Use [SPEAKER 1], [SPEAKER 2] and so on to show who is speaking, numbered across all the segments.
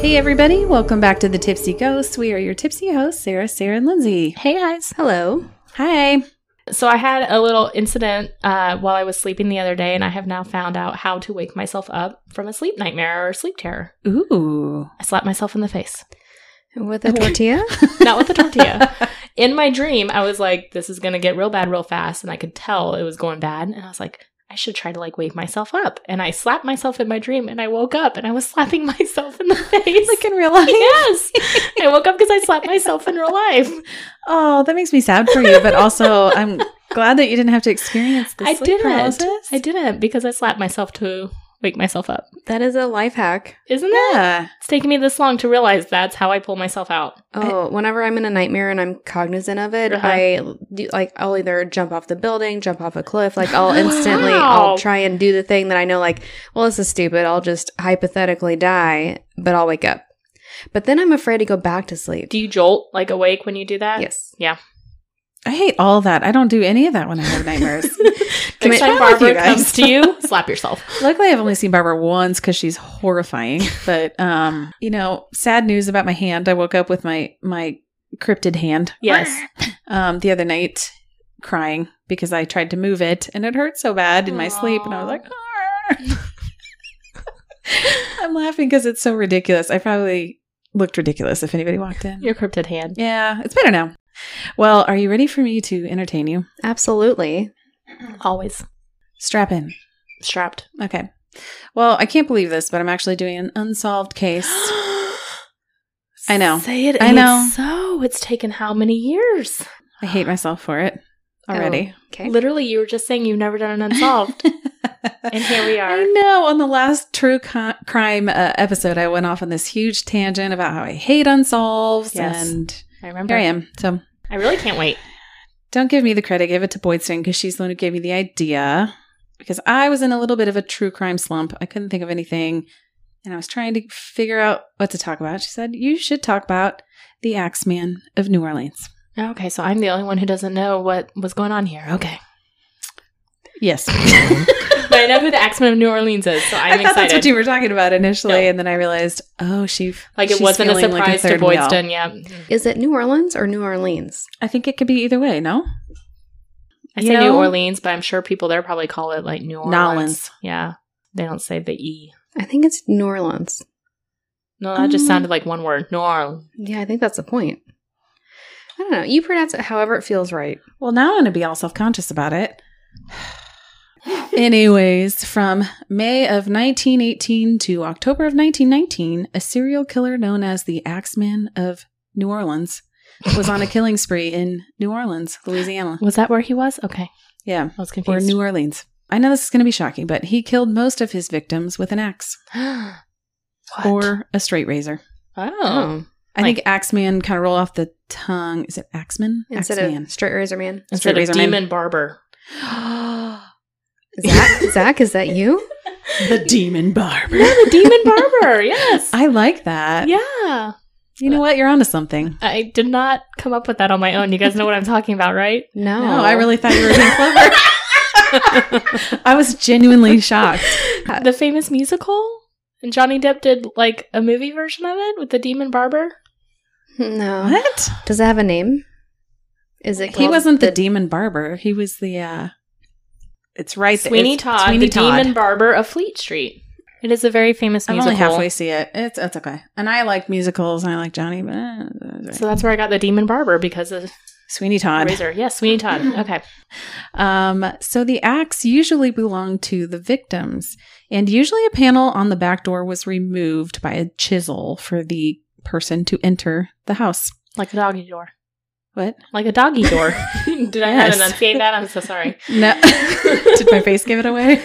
[SPEAKER 1] Hey, everybody, welcome back to the Tipsy Ghosts. We are your tipsy hosts, Sarah, Sarah, and Lindsay.
[SPEAKER 2] Hey guys. Hello.
[SPEAKER 1] Hi.
[SPEAKER 3] So I had a little incident uh, while I was sleeping the other day, and I have now found out how to wake myself up from a sleep nightmare or sleep terror.
[SPEAKER 1] Ooh.
[SPEAKER 3] I slapped myself in the face,
[SPEAKER 2] With a tortilla?
[SPEAKER 3] not with a tortilla. in my dream, I was like, "This is gonna get real bad real fast," and I could tell it was going bad. And I was like, "I should try to like wake myself up." And I slapped myself in my dream, and I woke up, and I was slapping myself in the face.
[SPEAKER 1] like in real life.
[SPEAKER 3] yes, I woke up because I slapped myself in real life.
[SPEAKER 1] Oh, that makes me sad for you, but also I'm glad that you didn't have to experience the
[SPEAKER 3] I
[SPEAKER 1] sleep
[SPEAKER 3] didn't.
[SPEAKER 1] paralysis.
[SPEAKER 3] I didn't because I slapped myself to wake myself up.
[SPEAKER 2] that is a life hack.
[SPEAKER 3] Isn't that?
[SPEAKER 1] Yeah.
[SPEAKER 3] It's taken me this long to realize that's how I pull myself out.
[SPEAKER 2] Oh, whenever I'm in a nightmare and I'm cognizant of it,
[SPEAKER 3] Uh-huh.
[SPEAKER 2] I do, like I'll either jump off the building, jump off a cliff, like I'll instantly
[SPEAKER 3] Wow.
[SPEAKER 2] I'll try and do the thing that I know like, well, this is stupid. I'll just hypothetically die, but I'll wake up. But then I'm afraid to go back to sleep.
[SPEAKER 3] Do you jolt like awake when you do that?
[SPEAKER 2] yes.
[SPEAKER 1] I hate all that. I don't do any of that when I have nightmares.
[SPEAKER 3] Next
[SPEAKER 2] Commit-
[SPEAKER 3] time
[SPEAKER 1] What's wrong with
[SPEAKER 3] Barbara
[SPEAKER 1] you guys?
[SPEAKER 3] comes to you, slap yourself.
[SPEAKER 1] Luckily, I've only seen Barbara once because she's horrifying. But um, you know, sad news about my hand. I woke up with my my cryptid hand.
[SPEAKER 3] Yes.
[SPEAKER 1] Um, the other night, crying because I tried to move it and it hurt so bad in my sleep, and I was like, "Arr." I'm laughing because it's so ridiculous. I probably looked ridiculous if anybody walked in.
[SPEAKER 3] Your cryptid hand.
[SPEAKER 1] yeah, it's better now. Well, are you ready for me to entertain you?
[SPEAKER 2] Absolutely.
[SPEAKER 3] Always
[SPEAKER 1] Strap in.
[SPEAKER 3] strapped.
[SPEAKER 1] Okay. Well, I can't believe this, but I'm actually doing an unsolved case. I know.
[SPEAKER 3] Say it.
[SPEAKER 1] I
[SPEAKER 3] ain't
[SPEAKER 1] know.
[SPEAKER 3] So it's taken how many years?
[SPEAKER 1] I hate myself for it already.
[SPEAKER 2] Oh, Okay.
[SPEAKER 3] Literally, you were just saying you've never done an unsolved. Oh. And here we are.
[SPEAKER 1] I know. On the last true co- crime uh, episode, I went off on this huge tangent about how I hate unsolves,
[SPEAKER 3] Yes.
[SPEAKER 1] and
[SPEAKER 3] I remember.
[SPEAKER 1] here I am. So
[SPEAKER 3] I really can't wait.
[SPEAKER 1] don't give me the credit. Give it to Boydstein because she's the one who gave me the idea. Because I was in a little bit of a true crime slump. I couldn't think of anything. And I was trying to figure out what to talk about. She said, You should talk about the Axeman of New Orleans.
[SPEAKER 3] Okay, so I'm the only one who doesn't know what was going on here. Okay.
[SPEAKER 1] Yes.
[SPEAKER 3] But I know who the Axeman of New Orleans is, so I'm
[SPEAKER 1] I thought
[SPEAKER 3] excited.
[SPEAKER 1] that's what you were talking about initially,
[SPEAKER 3] No.
[SPEAKER 1] and then I realized, oh, she
[SPEAKER 3] like
[SPEAKER 1] she's
[SPEAKER 3] it wasn't a
[SPEAKER 1] feeling like
[SPEAKER 3] surprise
[SPEAKER 1] third
[SPEAKER 3] to
[SPEAKER 1] wheel.
[SPEAKER 3] Boydston. Yeah.
[SPEAKER 2] Is it New Orleans or New Orleans?
[SPEAKER 1] I think it could be either way. No,
[SPEAKER 3] I
[SPEAKER 1] You
[SPEAKER 3] say New
[SPEAKER 1] know?
[SPEAKER 3] Orleans, but I'm sure people there probably call it like New Orleans.
[SPEAKER 1] Nolans.
[SPEAKER 3] Yeah. They don't say the E.
[SPEAKER 2] I think it's New Orleans.
[SPEAKER 3] No, that just
[SPEAKER 1] Um,
[SPEAKER 3] sounded like one word. New Orleans.
[SPEAKER 2] Yeah, I think that's the point. I don't know. You pronounce it however it feels right.
[SPEAKER 1] Well, now I'm going to be all self conscious about it. Anyways, from May of 1918 to October of 1919, a serial killer known as the Axeman of New Orleans was on a killing spree in New Orleans, Louisiana.
[SPEAKER 3] Was that where he was? Okay.
[SPEAKER 1] Yeah,
[SPEAKER 3] I was
[SPEAKER 1] or
[SPEAKER 3] confused.
[SPEAKER 1] New Orleans. I know this is going to be shocking, but he killed most of his victims with an axe
[SPEAKER 3] What?
[SPEAKER 1] or a straight razor.
[SPEAKER 3] oh.
[SPEAKER 1] I
[SPEAKER 3] Like-
[SPEAKER 1] think Axeman kind of roll off the tongue. Is it Axeman?
[SPEAKER 2] Instead
[SPEAKER 1] Axeman.
[SPEAKER 2] of straight razor man.
[SPEAKER 3] Instead of
[SPEAKER 1] Razor Man.
[SPEAKER 3] Demon Barber.
[SPEAKER 2] Zach, Zach, is that you?
[SPEAKER 1] the demon barber.
[SPEAKER 3] the Demon Barber. Yes.
[SPEAKER 1] I like that.
[SPEAKER 3] yeah.
[SPEAKER 1] You know what? You're onto something.
[SPEAKER 3] I did not come up with that on my own. You guys know what I'm talking about, right?
[SPEAKER 2] No.
[SPEAKER 1] No, I really thought you were being clever. I was genuinely shocked.
[SPEAKER 3] the famous musical? And Johnny Depp did like a movie version of it with the Demon Barber.
[SPEAKER 2] No.
[SPEAKER 1] What?
[SPEAKER 2] Does it have a name? Is it?
[SPEAKER 1] He
[SPEAKER 2] called
[SPEAKER 1] wasn't the, demon barber. He was the. uh It's right. there.
[SPEAKER 3] Sweeney
[SPEAKER 1] It's
[SPEAKER 3] Todd,
[SPEAKER 1] Sweeney
[SPEAKER 3] the Demon Barber of Fleet Street. It is a very famous
[SPEAKER 1] I'm
[SPEAKER 3] musical.
[SPEAKER 1] only halfway see it. It's it's okay. And I like musicals. and I like Johnny, but uh, that's
[SPEAKER 3] So
[SPEAKER 1] right.
[SPEAKER 3] that's where I got the Demon Barber because of
[SPEAKER 1] Sweeney Todd.
[SPEAKER 3] Razor. Yes, Sweeney Todd. Okay.
[SPEAKER 1] Um, so the axe usually belonged to the victims, and usually a panel on the back door was removed by a chisel for the person to enter the house.
[SPEAKER 3] Like a doggy door.
[SPEAKER 1] What?
[SPEAKER 3] Like a doggy door. Did I not
[SPEAKER 1] Yes.
[SPEAKER 3] enunciate that? I'm so sorry.
[SPEAKER 1] No, did my face give it away?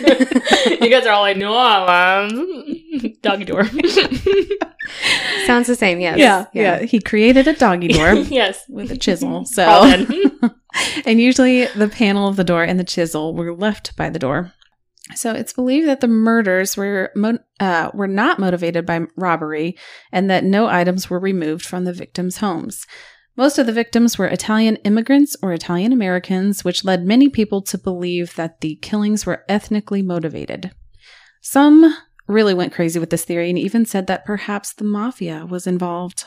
[SPEAKER 3] you guys are all like New Orleans doggy door.
[SPEAKER 2] Sounds the same. Yes.
[SPEAKER 1] yeah, yeah, He created a doggy door
[SPEAKER 3] yes.
[SPEAKER 1] with a chisel.
[SPEAKER 3] All
[SPEAKER 1] So,
[SPEAKER 3] in.
[SPEAKER 1] and usually the panel of the door and the chisel were left by the door. So it's believed that the murders were mo- uh, were not motivated by robbery, and that no items were removed from the victims' homes. Most of the victims were Italian immigrants or Italian Americans, which led many people to believe that the killings were ethnically motivated. Some really went crazy with this theory and even said that perhaps the mafia was involved.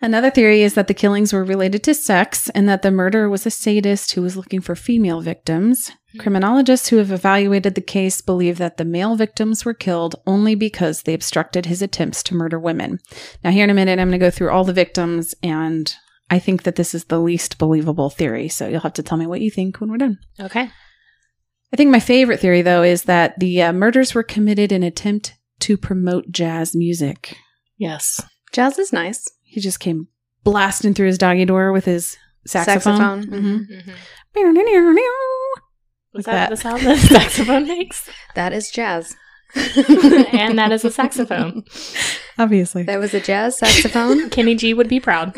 [SPEAKER 1] Another theory is that the killings were related to sex and that the murderer was a sadist who was looking for female victims.
[SPEAKER 3] Hmm.
[SPEAKER 1] Criminologists who have evaluated the case believe that the male victims were killed only because they obstructed his attempts to murder women. Now, here in a minute, I'm going to go through all the victims, and I think that this is the least believable theory. So you'll have to tell me what you think when we're done.
[SPEAKER 3] Okay.
[SPEAKER 1] I think my favorite theory, though, is that the uh, murders were committed in attempt to promote jazz music.
[SPEAKER 3] Yes.
[SPEAKER 2] Jazz is nice.
[SPEAKER 1] He just came blasting through his doggy door with his saxophone.
[SPEAKER 2] Saxophone,
[SPEAKER 1] Mhm.
[SPEAKER 3] Mm-hmm.
[SPEAKER 1] Like
[SPEAKER 3] Is that,
[SPEAKER 1] that.
[SPEAKER 3] the sound that a saxophone makes?
[SPEAKER 2] That is jazz.
[SPEAKER 3] and that is a saxophone.
[SPEAKER 1] Obviously.
[SPEAKER 2] That was a jazz saxophone.
[SPEAKER 3] Kenny G would be proud.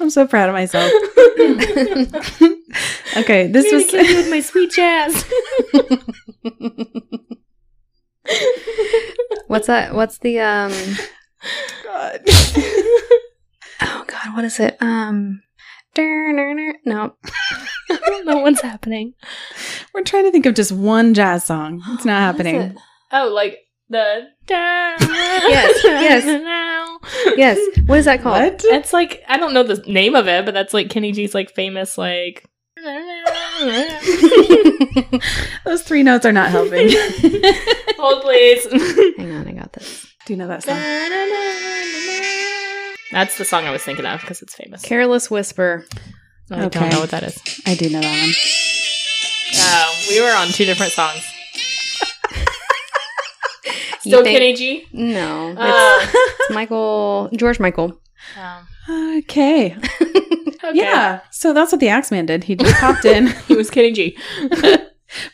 [SPEAKER 1] I'm so proud of myself. okay, this
[SPEAKER 3] This was
[SPEAKER 1] was
[SPEAKER 3] with my sweet jazz.
[SPEAKER 2] what's that? What's the um?
[SPEAKER 1] God.
[SPEAKER 2] Oh God, what is it? Um, no,
[SPEAKER 3] I don't know what's happening.
[SPEAKER 1] We're trying to think of just one jazz song. It's not
[SPEAKER 3] What is
[SPEAKER 1] happening.
[SPEAKER 3] it? Oh, like the yes,
[SPEAKER 2] yes. yes. What is that called?
[SPEAKER 1] What?
[SPEAKER 3] It's like I don't know the name of it, but that's like Kenny G's like famous like.
[SPEAKER 1] Those three notes are not helping.
[SPEAKER 3] Hold please.
[SPEAKER 2] Hang on, I got this.
[SPEAKER 1] Do you know that song?
[SPEAKER 3] That's the song I was thinking of because it's famous.
[SPEAKER 2] Careless whisper.
[SPEAKER 3] I
[SPEAKER 1] Okay.
[SPEAKER 3] don't know what that is.
[SPEAKER 1] I do know that one.
[SPEAKER 3] Oh, we were on two different songs.
[SPEAKER 2] You
[SPEAKER 3] Still
[SPEAKER 2] think-
[SPEAKER 3] Kenny G.
[SPEAKER 2] No, it's,
[SPEAKER 1] Ah.
[SPEAKER 3] Uh,
[SPEAKER 2] it's Michael George Michael.
[SPEAKER 3] um,
[SPEAKER 1] Okay.
[SPEAKER 3] okay.
[SPEAKER 1] Yeah. So that's what the Axeman did. He just popped in
[SPEAKER 3] he was Kenny G.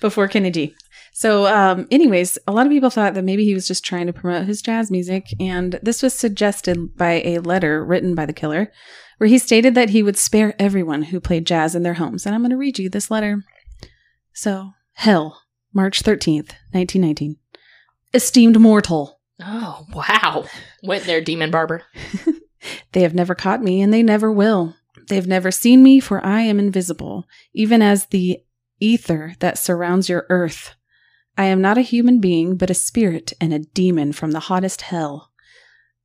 [SPEAKER 1] before Kennedy. So, um, anyways, a lot of people thought that maybe he was just trying to promote his jazz music, and this was suggested by a letter written by the killer, where he stated that he would spare everyone who played jazz in their homes. And I'm going to read you this letter. So, hell, March 13th, 1919. Esteemed mortal.
[SPEAKER 3] Oh wow! Went there, Demon Barber.
[SPEAKER 1] They have never caught me, and they never will. They have never seen me, for I am invisible, even as the ether that surrounds your earth. I am not a human being, but a spirit and a demon from the hottest hell.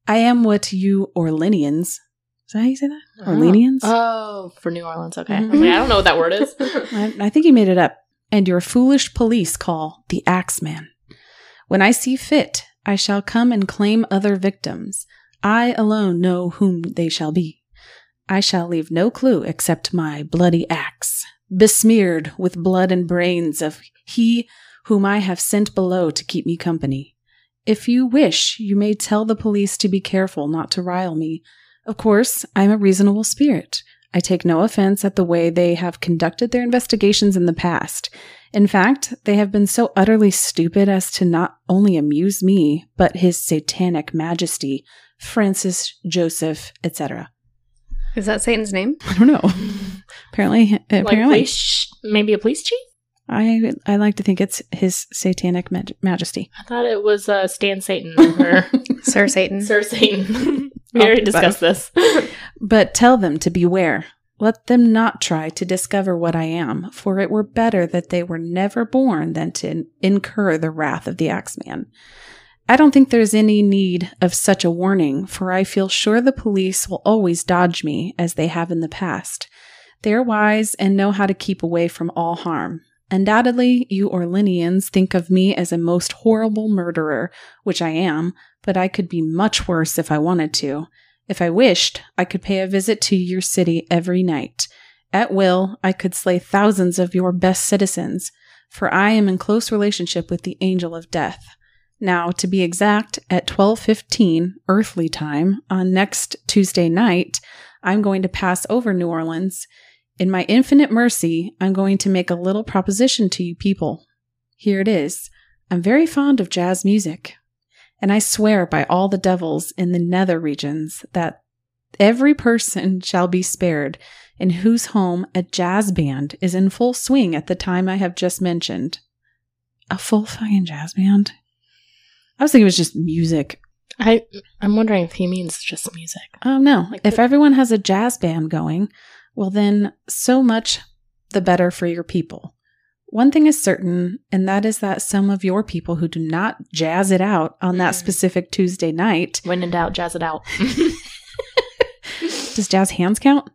[SPEAKER 1] I am what you Orleanians. Is that how you say that? Orleanians?
[SPEAKER 3] Oh, for New Orleans. Okay.
[SPEAKER 1] Mhm.
[SPEAKER 3] I, was like, I don't know what that word is.
[SPEAKER 1] I, I think he made it up. And your foolish police call the Axeman. When I see fit, I shall come and claim other victims. I alone know whom they shall be. I shall leave no clue except my bloody axe, besmeared with blood and brains of he whom I have sent below to keep me company. If you wish, you may tell the police to be careful not to rile me. Of course, I am a reasonable spirit. I take no offense at the way they have conducted their investigations in the past. In fact, they have been so utterly stupid as to not only amuse me, but his satanic majesty, Francis Joseph, etc.
[SPEAKER 2] Is that Satan's name?
[SPEAKER 1] I don't know. Apparently,
[SPEAKER 3] like
[SPEAKER 1] apparently,
[SPEAKER 3] police, sh- maybe a police chief.
[SPEAKER 1] I I like to think it's his satanic maj- majesty.
[SPEAKER 3] I thought it was uh, Stan Satan or
[SPEAKER 2] Sir Satan.
[SPEAKER 3] Sir Satan. we
[SPEAKER 1] I'll
[SPEAKER 3] already
[SPEAKER 1] think
[SPEAKER 3] discussed this.
[SPEAKER 1] But tell them to beware. Let them not try to discover what I am, for it were better that they were never born than to incur the wrath of the Axeman. I don't think there's any need of such a warning, for I feel sure the police will always dodge me as they have in the past. They are wise and know how to keep away from all harm. Undoubtedly, you Orleanians think of me as a most horrible murderer, which I am, but I could be much worse if I wanted to. If I wished, I could pay a visit to your city every night. At will, I could slay thousands of your best citizens, for I am in close relationship with the angel of death. Now, to be exact, at 12:15 earthly time on next Tuesday night, I'm going to pass over New Orleans. In my infinite mercy, I'm going to make a little proposition to you people. Here it is. I'm very fond of jazz music. And I swear by all the devils in the nether regions that every person shall be spared in whose home a jazz band is in full swing at the time I have just mentioned. A full fucking jazz band? I was thinking it was just music.
[SPEAKER 3] I I'm wondering if he means just music.
[SPEAKER 1] Oh no.
[SPEAKER 3] Like
[SPEAKER 1] if
[SPEAKER 3] the-
[SPEAKER 1] everyone has a jazz band going, well then so much the better for your people. One thing is certain, and that is that some of your people who do not jazz it out on that
[SPEAKER 3] Mhm.
[SPEAKER 1] specific Tuesday night,
[SPEAKER 3] When in doubt, jazz it out.
[SPEAKER 1] does jazz hands count?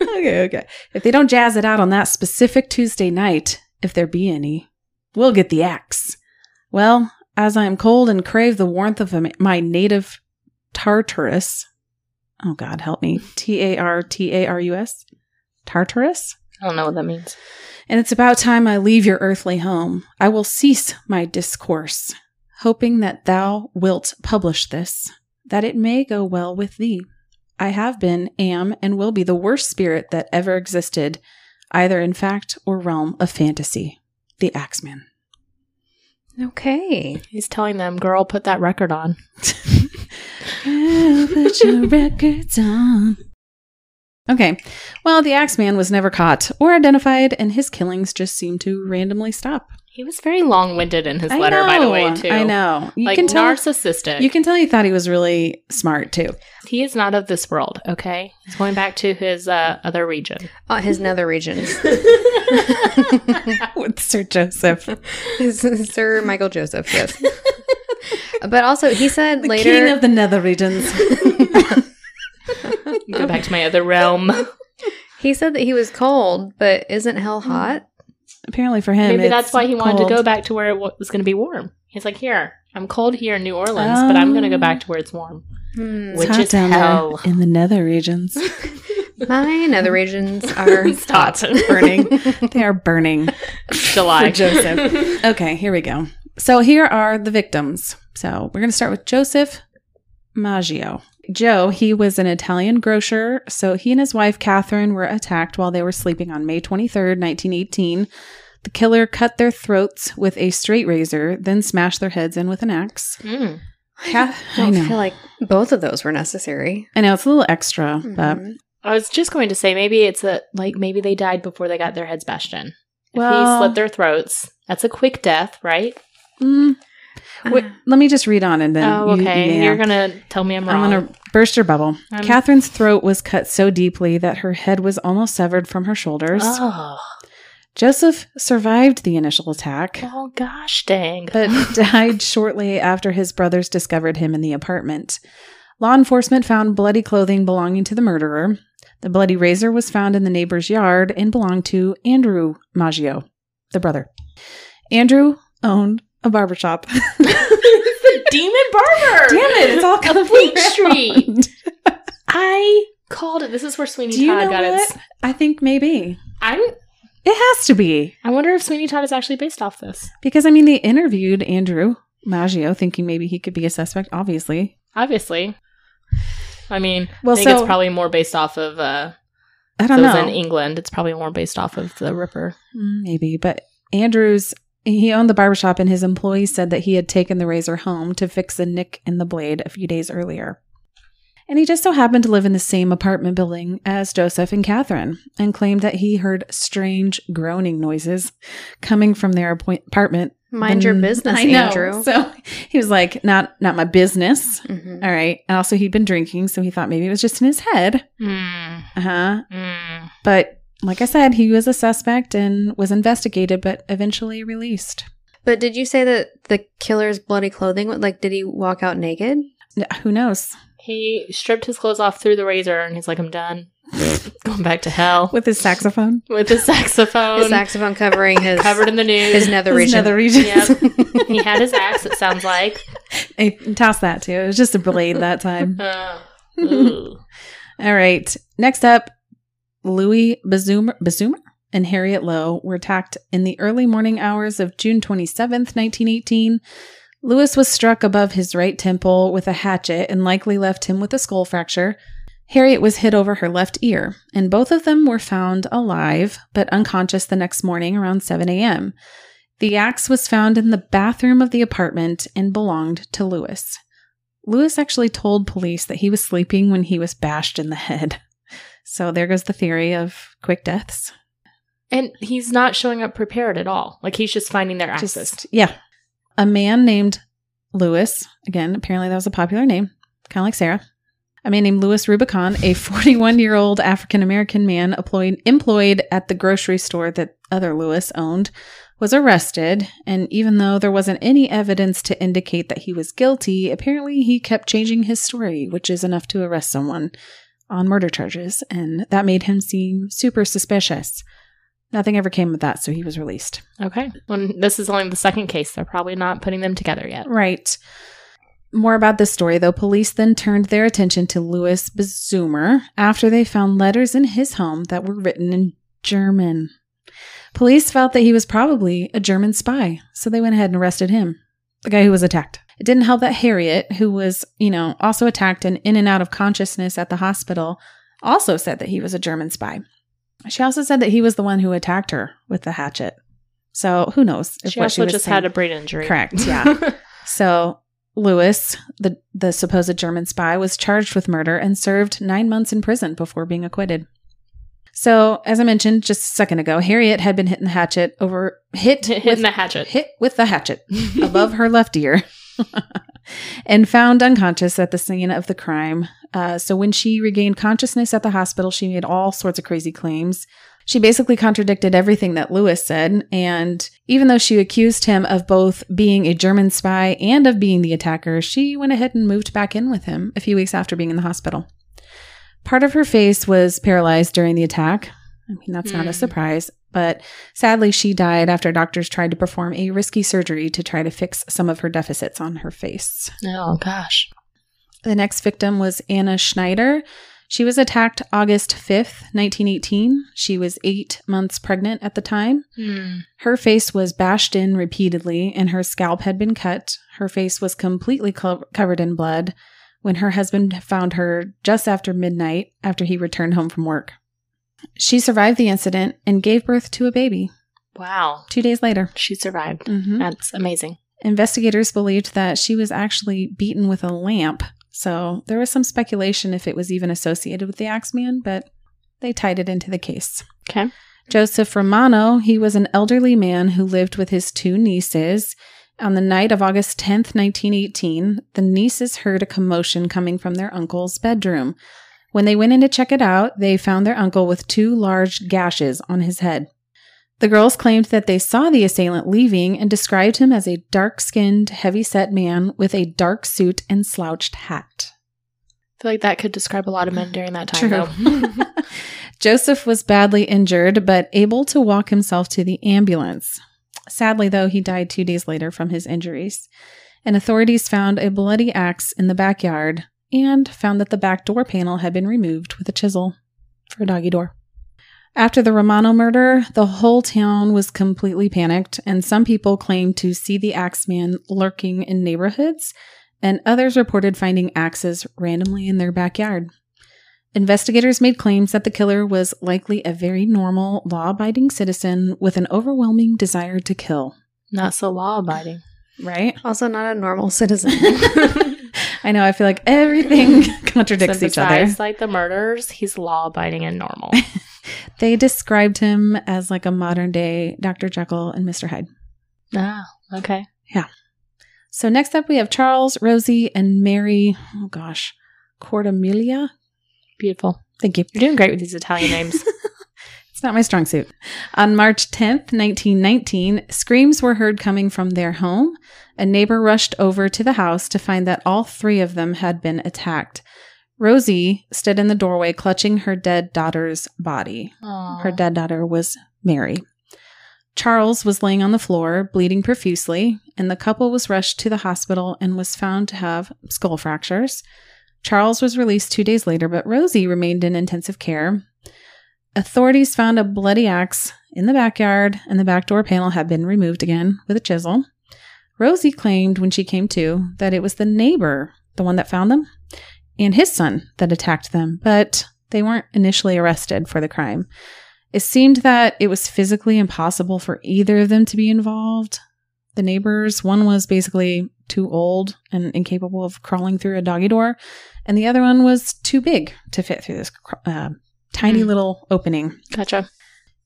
[SPEAKER 1] okay, okay. If they don't jazz it out on that specific Tuesday night, if there be any, we'll get the axe. Well, as I am cold and crave the warmth of am- my native Tartarus. Oh, God, help me. T A R T A R U S? Tartarus?
[SPEAKER 3] I don't know what that means.
[SPEAKER 1] And it's about time I leave your earthly home. I will cease my discourse, hoping that thou wilt publish this, that it may go well with thee. I have been, am, and will be the worst spirit that ever existed, either in fact or realm of fantasy. The Axeman.
[SPEAKER 2] Okay.
[SPEAKER 3] He's telling them, girl, put that record on.
[SPEAKER 1] Girl, put your records on. Okay. Well, the Axeman was never caught or identified, and his killings just seem to randomly stop.
[SPEAKER 3] He was very long winded in his
[SPEAKER 1] I
[SPEAKER 3] letter, by the way,
[SPEAKER 1] know,
[SPEAKER 3] too.
[SPEAKER 1] I know. You
[SPEAKER 3] like
[SPEAKER 1] can tell
[SPEAKER 3] narcissistic.
[SPEAKER 1] You can tell he thought he was really smart too.
[SPEAKER 3] he is not of this world, okay? He's going back to his uh, other region.
[SPEAKER 2] Uh, his nether regions.
[SPEAKER 1] With Sir Joseph.
[SPEAKER 2] Sir Michael Joseph, yes. but also, he said
[SPEAKER 1] The
[SPEAKER 2] later.
[SPEAKER 1] king of the nether regions.
[SPEAKER 3] Go back to my other realm.
[SPEAKER 2] he said that he was cold, but isn't hell
[SPEAKER 1] Hmm.
[SPEAKER 2] hot?
[SPEAKER 1] Apparently for him.
[SPEAKER 3] Maybe that's
[SPEAKER 1] it's
[SPEAKER 3] why he wanted
[SPEAKER 1] cold.
[SPEAKER 3] to go back to where it wa- was going to be warm. He's like, here, I'm cold here in New Orleans, but I'm going to go
[SPEAKER 1] Oh.
[SPEAKER 3] back to where it's warm.
[SPEAKER 2] Hmm.
[SPEAKER 1] It's
[SPEAKER 3] which
[SPEAKER 1] hot
[SPEAKER 3] is
[SPEAKER 1] down
[SPEAKER 3] hell.
[SPEAKER 1] there in the nether regions.
[SPEAKER 2] My nether regions are
[SPEAKER 3] It's hot.
[SPEAKER 1] burning. they are burning.
[SPEAKER 3] July.
[SPEAKER 1] For Joseph. Okay, here we go. So here are the victims. So we're going to start with Joseph Maggio. Joe, he was an Italian grocer. So he and his wife, Catherine, were attacked while they were sleeping on May 23rd, 1918. The killer cut their throats with a straight razor, then smashed their heads in with an axe.
[SPEAKER 3] Mm.
[SPEAKER 1] Kath-
[SPEAKER 2] I don't
[SPEAKER 1] I know.
[SPEAKER 2] feel like both of those were necessary.
[SPEAKER 1] I know it's a little extra, but
[SPEAKER 2] Mhm.
[SPEAKER 3] I was just going to say maybe it's a like maybe they died before they got their heads bashed in. If
[SPEAKER 1] Well-
[SPEAKER 3] he slit their throats, that's a quick death, right?
[SPEAKER 1] Mm, wait,
[SPEAKER 2] Uh,
[SPEAKER 1] let me just read on and then.
[SPEAKER 3] oh,
[SPEAKER 1] Uh, you-
[SPEAKER 3] okay.
[SPEAKER 1] yeah.
[SPEAKER 3] You're gonna tell me I'm wrong.
[SPEAKER 1] I'm going to burst your bubble.
[SPEAKER 3] I'm-
[SPEAKER 1] Catherine's throat was cut so deeply that her head was almost severed from her shoulders.
[SPEAKER 3] Oh,
[SPEAKER 1] Joseph survived the initial attack,
[SPEAKER 3] oh gosh, dang.
[SPEAKER 1] but died shortly after his brothers discovered him in the apartment. Law enforcement found bloody clothing belonging to the murderer. The bloody razor was found in the neighbor's yard and belonged to Andrew Maggio, the brother. Andrew owned a barbershop. Damn
[SPEAKER 3] it's the demon barber.
[SPEAKER 1] it, it's all coming
[SPEAKER 3] a pink
[SPEAKER 1] from
[SPEAKER 3] street.
[SPEAKER 1] around.
[SPEAKER 3] I called it. This is where Sweeney
[SPEAKER 1] Do you
[SPEAKER 3] Todd
[SPEAKER 1] know
[SPEAKER 3] got its.
[SPEAKER 1] what? I think maybe.
[SPEAKER 3] I'm.
[SPEAKER 1] It has to be.
[SPEAKER 3] I wonder if Sweeney Todd is actually based off this.
[SPEAKER 1] Because I mean, they interviewed Andrew Maggio, thinking maybe he could be a suspect. Obviously,
[SPEAKER 3] Obviously. I mean,
[SPEAKER 1] Well,
[SPEAKER 3] I think
[SPEAKER 1] so-
[SPEAKER 3] it's probably more based off of uh,
[SPEAKER 1] I don't
[SPEAKER 3] those
[SPEAKER 1] know.
[SPEAKER 3] in England. It's probably more based off of the Ripper.
[SPEAKER 1] Mm, maybe, but Andrews he owned the barbershop, and his employees said that he had taken the razor home to fix a nick in the blade a few days earlier. And he just so happened to live in the same apartment building as Joseph and Catherine, and claimed that he heard strange groaning noises coming from their appoint- apartment.
[SPEAKER 2] Mind your
[SPEAKER 1] Mm,
[SPEAKER 2] business,
[SPEAKER 1] I know.
[SPEAKER 2] Andrew.
[SPEAKER 1] So he was like, "Not, not my business."
[SPEAKER 2] Mhm.
[SPEAKER 1] All right. And also, he'd been drinking, so he thought maybe it was just in his head.
[SPEAKER 3] Mm,
[SPEAKER 1] Uh huh.
[SPEAKER 3] mm.
[SPEAKER 1] But like I said, he was a suspect and was investigated, but eventually released.
[SPEAKER 2] But did you say that the killer's bloody clothing? Like, did he walk out naked?
[SPEAKER 1] N- Who knows?
[SPEAKER 3] He stripped his clothes off through the razor and he's like, I'm done. Going back to hell with,
[SPEAKER 1] With his saxophone,
[SPEAKER 3] his saxophone
[SPEAKER 2] His saxophone covering his
[SPEAKER 3] covered in the news.
[SPEAKER 2] his nether
[SPEAKER 1] Um, his
[SPEAKER 2] region.
[SPEAKER 1] nether regions.
[SPEAKER 3] yep. he had his axe, it sounds like.
[SPEAKER 1] And toss that too. It was just a blade that time.
[SPEAKER 3] Uh, ooh.
[SPEAKER 1] All right. Next up, Louis Bazumer, Bazumer and Harriet Lowe were attacked in the early morning hours of June 27th, 1918. Lewis was struck above his right temple with a hatchet and likely left him with a skull fracture. Harriet was hit over her left ear, and both of them were found alive but unconscious the next morning around 7 a.m. The axe was found in the bathroom of the apartment and belonged to Lewis. Lewis actually told police that he was sleeping when he was bashed in the head. So there goes the theory of quick deaths.
[SPEAKER 3] And he's not showing up prepared at all. Like he's just finding their axes.
[SPEAKER 1] Just yeah. A man named Lewis, again, apparently that was a popular name, kind of like Sarah, A man named Louis Rubicon, a 41 year old African American man employed, employed at the grocery store that other Louis owned, was arrested. And even though there wasn't any evidence to indicate that he was guilty, apparently he kept changing his story, which is enough to arrest someone on murder charges. And that made him seem super suspicious. Nothing ever came of that, so he was released.
[SPEAKER 3] Okay. Well, this is only the second case. They're probably not putting them together yet.
[SPEAKER 1] Right. More about this story, though. Police then turned their attention to Louis Bezumer after they found letters in his home that were written in German. Police felt that he was probably a German spy, so they went ahead and arrested him, the guy who was attacked. It didn't help that Harriet, who was, you know, also attacked and in and out of consciousness at the hospital, also said that he was a German spy. She also said that he was the one who attacked her with the hatchet. So who knows
[SPEAKER 3] She also just had a brain injury.
[SPEAKER 1] Correct, yeah. So Lewis, the the supposed German spy, was charged with murder and served nine months in prison before being acquitted. So, as I mentioned just a second ago, Harriet had been hit in the hatchet over hit
[SPEAKER 3] Hitting
[SPEAKER 1] with,
[SPEAKER 3] the hatchet.
[SPEAKER 1] hit with the hatchet above her left ear, and found unconscious at the scene of the crime. Uh, so, when she regained consciousness at the hospital, she made all sorts of crazy claims. She basically contradicted everything that Lewis said, and even though she accused him of both being a German spy and of being the attacker, she went ahead and moved back in with him a few weeks after being in the hospital. Part of her face was paralyzed during the attack. I mean, that's not
[SPEAKER 3] Hmm.
[SPEAKER 1] a surprise, but sadly, she died after doctors tried to perform a risky surgery to try to fix some of her deficits on her face.
[SPEAKER 3] Oh gosh.
[SPEAKER 1] The next victim was Anna Schneider. She was attacked August 5th, 1918. She was eight months pregnant at the time.
[SPEAKER 3] Hmm.
[SPEAKER 1] Her face was bashed in repeatedly, and her scalp had been cut. Her face was completely co- covered in blood when her husband found her just after midnight after he returned home from work. She survived the incident and gave birth to a baby
[SPEAKER 3] Wow.
[SPEAKER 1] two days later.
[SPEAKER 3] She survived.
[SPEAKER 1] hmm
[SPEAKER 3] That's amazing.
[SPEAKER 1] Investigators believed that she was actually beaten with a lamp, so there was some speculation if it was even associated with the Axeman, but they tied it into the case.
[SPEAKER 3] Okay.
[SPEAKER 1] Joseph Romano, he was an elderly man who lived with his two nieces. On the night of August 10th, 1918, the nieces heard a commotion coming from their uncle's bedroom. When they went in to check it out, they found their uncle with two large gashes on his head. The girls claimed that they saw the assailant leaving and described him as a dark skinned, heavy set man with a dark suit and slouched hat.
[SPEAKER 3] I feel like that could describe a lot of men during that time. though.
[SPEAKER 1] Joseph was badly injured, but able to walk himself to the ambulance. Sadly, though, he died two days later from his injuries. And authorities found a bloody axe in the backyard and found that the back door panel had been removed with a chisel for a doggy door. After the Romano murder, the whole town was completely panicked, and some people claimed to see the axeman lurking in neighborhoods, and others reported finding axes randomly in their backyard. Investigators made claims that the killer was likely a very normal, law abiding citizen with an overwhelming desire to kill.
[SPEAKER 3] Not so law abiding.
[SPEAKER 1] Right?
[SPEAKER 2] Also, not a normal citizen.
[SPEAKER 1] I know, I feel like everything contradicts each other.
[SPEAKER 3] like the murders, he's law abiding and normal.
[SPEAKER 1] They described him as like a modern day Dr. Jekyll and Mr. Hyde.
[SPEAKER 3] ah, okay.
[SPEAKER 1] So next up we have Charles, Rosie, and Mary, oh gosh, Cordemelia.
[SPEAKER 3] Beautiful.
[SPEAKER 1] Thank you.
[SPEAKER 3] You're doing great with these Italian names.
[SPEAKER 1] It's not my strong suit. On March 10th, 1919, screams were heard coming from their home. A neighbor rushed over to the house to find that all three of them had been attacked. Rosie stood in the doorway clutching her dead daughter's body. Her
[SPEAKER 3] Aw.
[SPEAKER 1] dead daughter was Mary. Charles was laying on the floor, bleeding profusely, and the couple was rushed to the hospital and was found to have skull fractures. Charles was released two days later, but Rosie remained in intensive care. Authorities found a bloody axe in the backyard, and the back door panel had been removed again with a chisel. Rosie claimed when she came to that it was the neighbor, the one that found them, and his son that attacked them, but they weren't initially arrested for the crime. It seemed that it was physically impossible for either of them to be involved. The neighbors, one was basically too old and incapable of crawling through a doggy door, and the other one was too big to fit through this cr- uh, tiny
[SPEAKER 3] Hmm.
[SPEAKER 1] little opening.
[SPEAKER 3] Gotcha.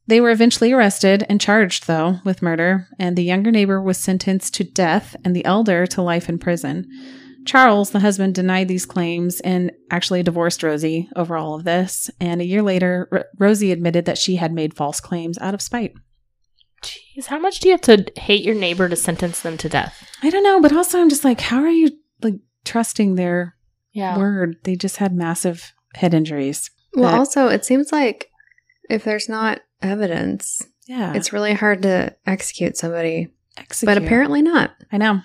[SPEAKER 1] They were eventually arrested and charged, though, with murder, and the younger neighbor was sentenced to death and the elder to life in prison. Charles, the husband, denied these claims and actually divorced Rosie over all of this. And a year later, R- Rosie admitted that she had made false claims out of spite.
[SPEAKER 3] Jeez, how much do you have to hate your neighbor to sentence them to death?
[SPEAKER 1] I don't know, but also I'm just like, how are you like trusting their
[SPEAKER 3] Yeah.
[SPEAKER 1] word? They just had massive head injuries.
[SPEAKER 2] Well,
[SPEAKER 1] But-
[SPEAKER 2] also, it seems like if there's not evidence,
[SPEAKER 1] Yeah,
[SPEAKER 2] it's really hard to execute somebody.
[SPEAKER 1] execute.
[SPEAKER 2] But apparently not.
[SPEAKER 1] I know.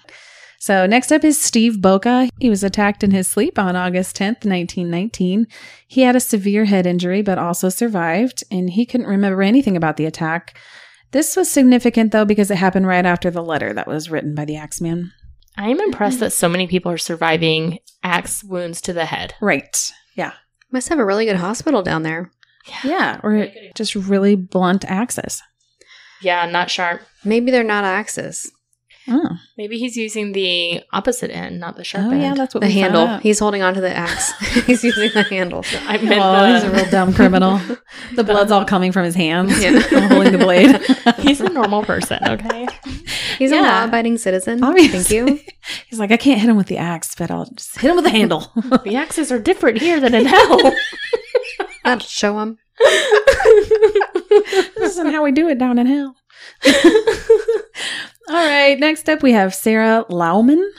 [SPEAKER 1] So next up is Steve Boca. He was attacked in his sleep on August 10th, 1919. He had a severe head injury, but also survived, and he couldn't remember anything about the attack. This was significant, though, because it happened right after the letter that was written by the Axeman.
[SPEAKER 3] I am impressed that so many people are surviving axe wounds to the head.
[SPEAKER 1] Right.
[SPEAKER 2] Must have a really good hospital down there.
[SPEAKER 1] Yeah. Or just really blunt axes.
[SPEAKER 3] Yeah, not sharp.
[SPEAKER 2] Maybe they're not axes.
[SPEAKER 1] Oh,
[SPEAKER 3] Maybe he's using the opposite end, not the sharp
[SPEAKER 1] oh
[SPEAKER 3] end.
[SPEAKER 1] yeah. That's what
[SPEAKER 2] The
[SPEAKER 1] we found
[SPEAKER 2] handle.
[SPEAKER 1] out.
[SPEAKER 2] He's holding on to the axe. He's using the handle.
[SPEAKER 3] I meant
[SPEAKER 1] Well, Oh, he's a
[SPEAKER 3] the-
[SPEAKER 1] real dumb criminal. The blood's all coming from his hands.
[SPEAKER 2] Yeah.
[SPEAKER 1] holding the blade.
[SPEAKER 3] he's a normal person, okay?
[SPEAKER 2] He's
[SPEAKER 1] Yeah.
[SPEAKER 2] a law-abiding citizen.
[SPEAKER 1] Obviously.
[SPEAKER 2] Thank you.
[SPEAKER 1] He's like, I can't hit him with the axe, but I'll just hit him with the handle.
[SPEAKER 3] The axes are different here than in hell.
[SPEAKER 2] That'll show him.
[SPEAKER 1] this isn't how we do it down in hell. All right, next up we have Sarah Lauman.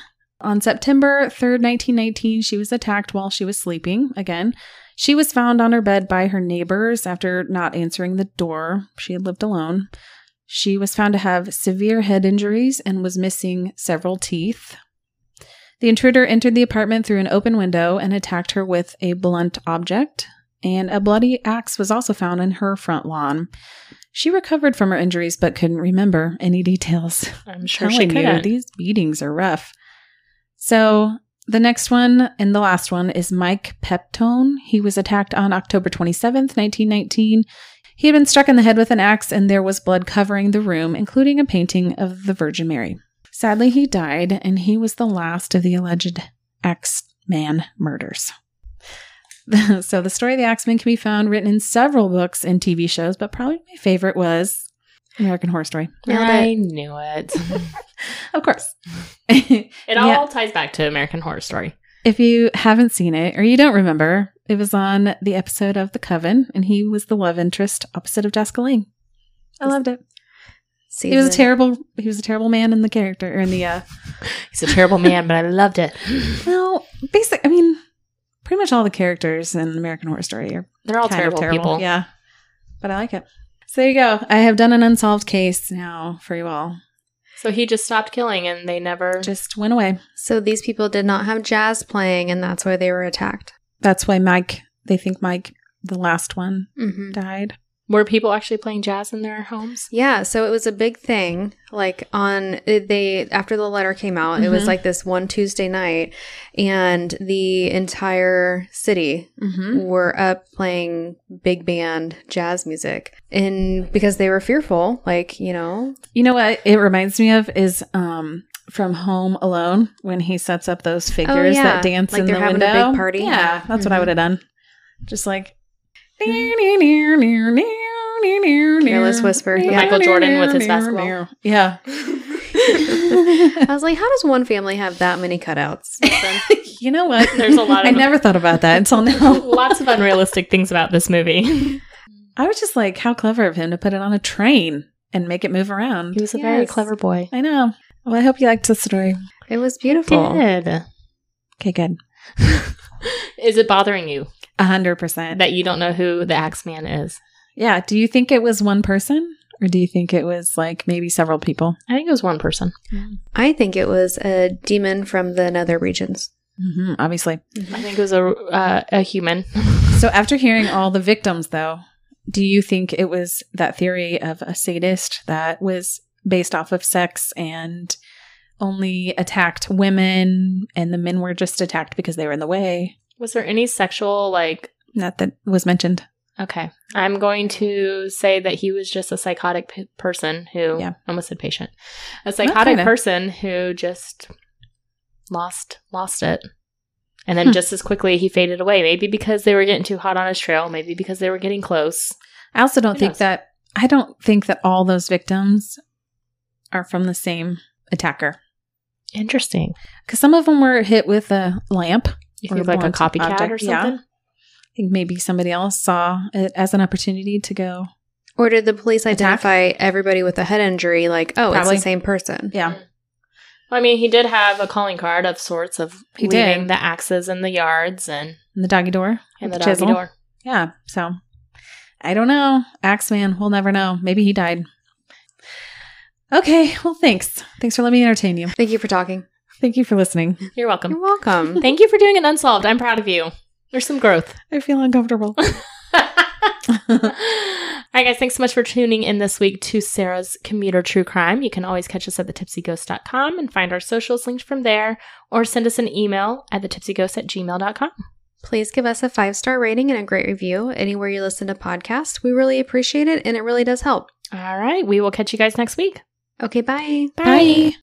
[SPEAKER 1] On September 3rd, 1919, she was attacked while she was sleeping again. She was found on her bed by her neighbors after not answering the door. She had lived alone. She was found to have severe head injuries and was missing several teeth. The intruder entered the apartment through an open window and attacked her with a blunt object, and a bloody axe was also found in her front lawn. She recovered from her injuries but couldn't remember any details.
[SPEAKER 3] I'm sure she
[SPEAKER 1] Telling you,
[SPEAKER 3] could.
[SPEAKER 1] these beatings are rough. So the next one and the last one is Mike Peptone. He was attacked on October 27th, 1919. He had been struck in the head with an axe, and there was blood covering the room, including a painting of the Virgin Mary. Sadly, he died, and he was the last of the alleged axe man murders. so the story of the Axeman can be found written in several books and TV shows, but probably my favorite was American Horror Story.
[SPEAKER 2] Nailed
[SPEAKER 3] I knew it.
[SPEAKER 1] Of course.
[SPEAKER 3] It all
[SPEAKER 1] Yeah.
[SPEAKER 3] ties back to American Horror Story.
[SPEAKER 1] If you haven't seen it or you don't remember, it was on the episode of The Coven, and he was the love interest opposite of Jessica Lange. I loved it. He was a
[SPEAKER 2] Season.
[SPEAKER 1] terrible. He was a terrible man in the character or in the. Uh,
[SPEAKER 3] He's a terrible man, but I loved it.
[SPEAKER 1] no, basic. I mean, pretty much all the characters in American Horror Story are
[SPEAKER 3] They're all
[SPEAKER 1] kind of
[SPEAKER 3] terrible, people.
[SPEAKER 1] Yeah, but I like it. So there you go. I have done an unsolved case now for you all.
[SPEAKER 3] So he just stopped killing, and they never.
[SPEAKER 1] Just went away.
[SPEAKER 2] So these people did not have jazz playing, and that's why they were attacked.
[SPEAKER 1] That's why Mike. They think Mike, the last one,
[SPEAKER 2] Mm-hmm.
[SPEAKER 1] died.
[SPEAKER 3] were people actually playing jazz in their homes?
[SPEAKER 2] Yeah, so it was a big thing. Like on eh, they after the letter came out, it was
[SPEAKER 1] Mhm.
[SPEAKER 2] like this one Tuesday night, and the entire city
[SPEAKER 1] Mm-hmm.
[SPEAKER 2] were up playing big band jazz music, and because they were fearful, like you know,
[SPEAKER 1] You know what it reminds me of is um from Home Alone when he sets up those figures
[SPEAKER 2] yeah.
[SPEAKER 1] that dance
[SPEAKER 2] Like
[SPEAKER 1] in
[SPEAKER 2] they're
[SPEAKER 1] the
[SPEAKER 2] having a
[SPEAKER 1] window.
[SPEAKER 2] big party.
[SPEAKER 1] Yeah, that's what I
[SPEAKER 2] Mhm.
[SPEAKER 1] would have done. Just like
[SPEAKER 2] Careless
[SPEAKER 1] careless
[SPEAKER 2] Whisper. Yeah.
[SPEAKER 3] Michael Jordan with his basketball.
[SPEAKER 1] Yeah.
[SPEAKER 2] I was like, how does one family have that many cutouts?
[SPEAKER 1] you know what?
[SPEAKER 3] There's a lot
[SPEAKER 1] I
[SPEAKER 3] of-
[SPEAKER 1] never thought about that until now.
[SPEAKER 3] Lots of unrealistic things about this movie.
[SPEAKER 1] I was just like, how clever of him to put it on a train and make it move
[SPEAKER 3] He
[SPEAKER 1] around.
[SPEAKER 3] was a very
[SPEAKER 2] Yes.
[SPEAKER 3] clever boy.
[SPEAKER 1] I know. Well, I hope you liked the story.
[SPEAKER 2] It was beautiful.
[SPEAKER 3] Did.
[SPEAKER 1] Okay, good.
[SPEAKER 3] Is it bothering you
[SPEAKER 1] A hundred percent.
[SPEAKER 3] that you don't know who the Axeman is?
[SPEAKER 1] Yeah. Do you think it was one person or do you think it was like maybe several people?
[SPEAKER 3] I think it was one person.
[SPEAKER 2] I think it was a demon from the nether regions.
[SPEAKER 3] Mm-hmm.
[SPEAKER 1] hmm obviously.
[SPEAKER 3] I think it was a uh, a human.
[SPEAKER 1] So after hearing all the victims, though, do you think it was that theory of a sadist that was based off of sex and only attacked women and the men were just attacked because they were in the way?
[SPEAKER 3] Was there any sexual like?
[SPEAKER 1] Not that was mentioned.
[SPEAKER 3] Okay, I'm going to say that he was just a psychotic p- person who
[SPEAKER 1] Yeah.
[SPEAKER 3] almost said patient, a psychotic
[SPEAKER 1] kinda.
[SPEAKER 3] person who just lost lost it, and then
[SPEAKER 1] Hmm.
[SPEAKER 3] just as quickly he faded away. Maybe because they were getting too hot on his trail. Maybe because they were getting close.
[SPEAKER 1] I also don't
[SPEAKER 3] Who
[SPEAKER 1] think
[SPEAKER 3] knows?
[SPEAKER 1] that, I don't think that all those victims are from the same attacker.
[SPEAKER 3] Interesting.
[SPEAKER 1] Because some of them were hit with a lamp. I
[SPEAKER 3] You
[SPEAKER 1] Or
[SPEAKER 3] think like a
[SPEAKER 1] wanted
[SPEAKER 3] copycat or
[SPEAKER 1] object, yeah.
[SPEAKER 3] something?
[SPEAKER 1] think maybe somebody else saw it as an opportunity to go.
[SPEAKER 2] Or did the police
[SPEAKER 1] Attack?
[SPEAKER 2] identify everybody with a head injury like, oh,
[SPEAKER 1] Probably.
[SPEAKER 2] it's the same person?
[SPEAKER 1] Yeah.
[SPEAKER 3] Well, I mean, he did have a calling card of sorts of
[SPEAKER 1] He
[SPEAKER 3] leaving
[SPEAKER 1] did.
[SPEAKER 3] the axes in the yards and
[SPEAKER 1] And the doggy door.
[SPEAKER 3] in
[SPEAKER 1] with
[SPEAKER 3] the doggy door.
[SPEAKER 1] Yeah. So I don't know. Axeman, we'll never know. Maybe he died. Okay. Well, thanks. Thanks for letting me entertain you.
[SPEAKER 2] Thank you for talking.
[SPEAKER 1] Thank you for listening.
[SPEAKER 3] You're welcome.
[SPEAKER 2] You're welcome.
[SPEAKER 3] Thank you for doing an unsolved. I'm proud of you. There's some growth.
[SPEAKER 1] I feel uncomfortable.
[SPEAKER 3] All right, guys, thanks so much for tuning in this week to Sarah's Commuter True Crime. You can always catch us at thetipsyghost.com and find our socials linked from there, or send us an email at thetipsyghost at gmail.com.
[SPEAKER 2] Please give us a five star rating and a great review anywhere you listen to podcasts. We really appreciate it and it really does help.
[SPEAKER 3] All right, we will catch you guys next week.
[SPEAKER 2] Okay, bye.
[SPEAKER 1] Bye.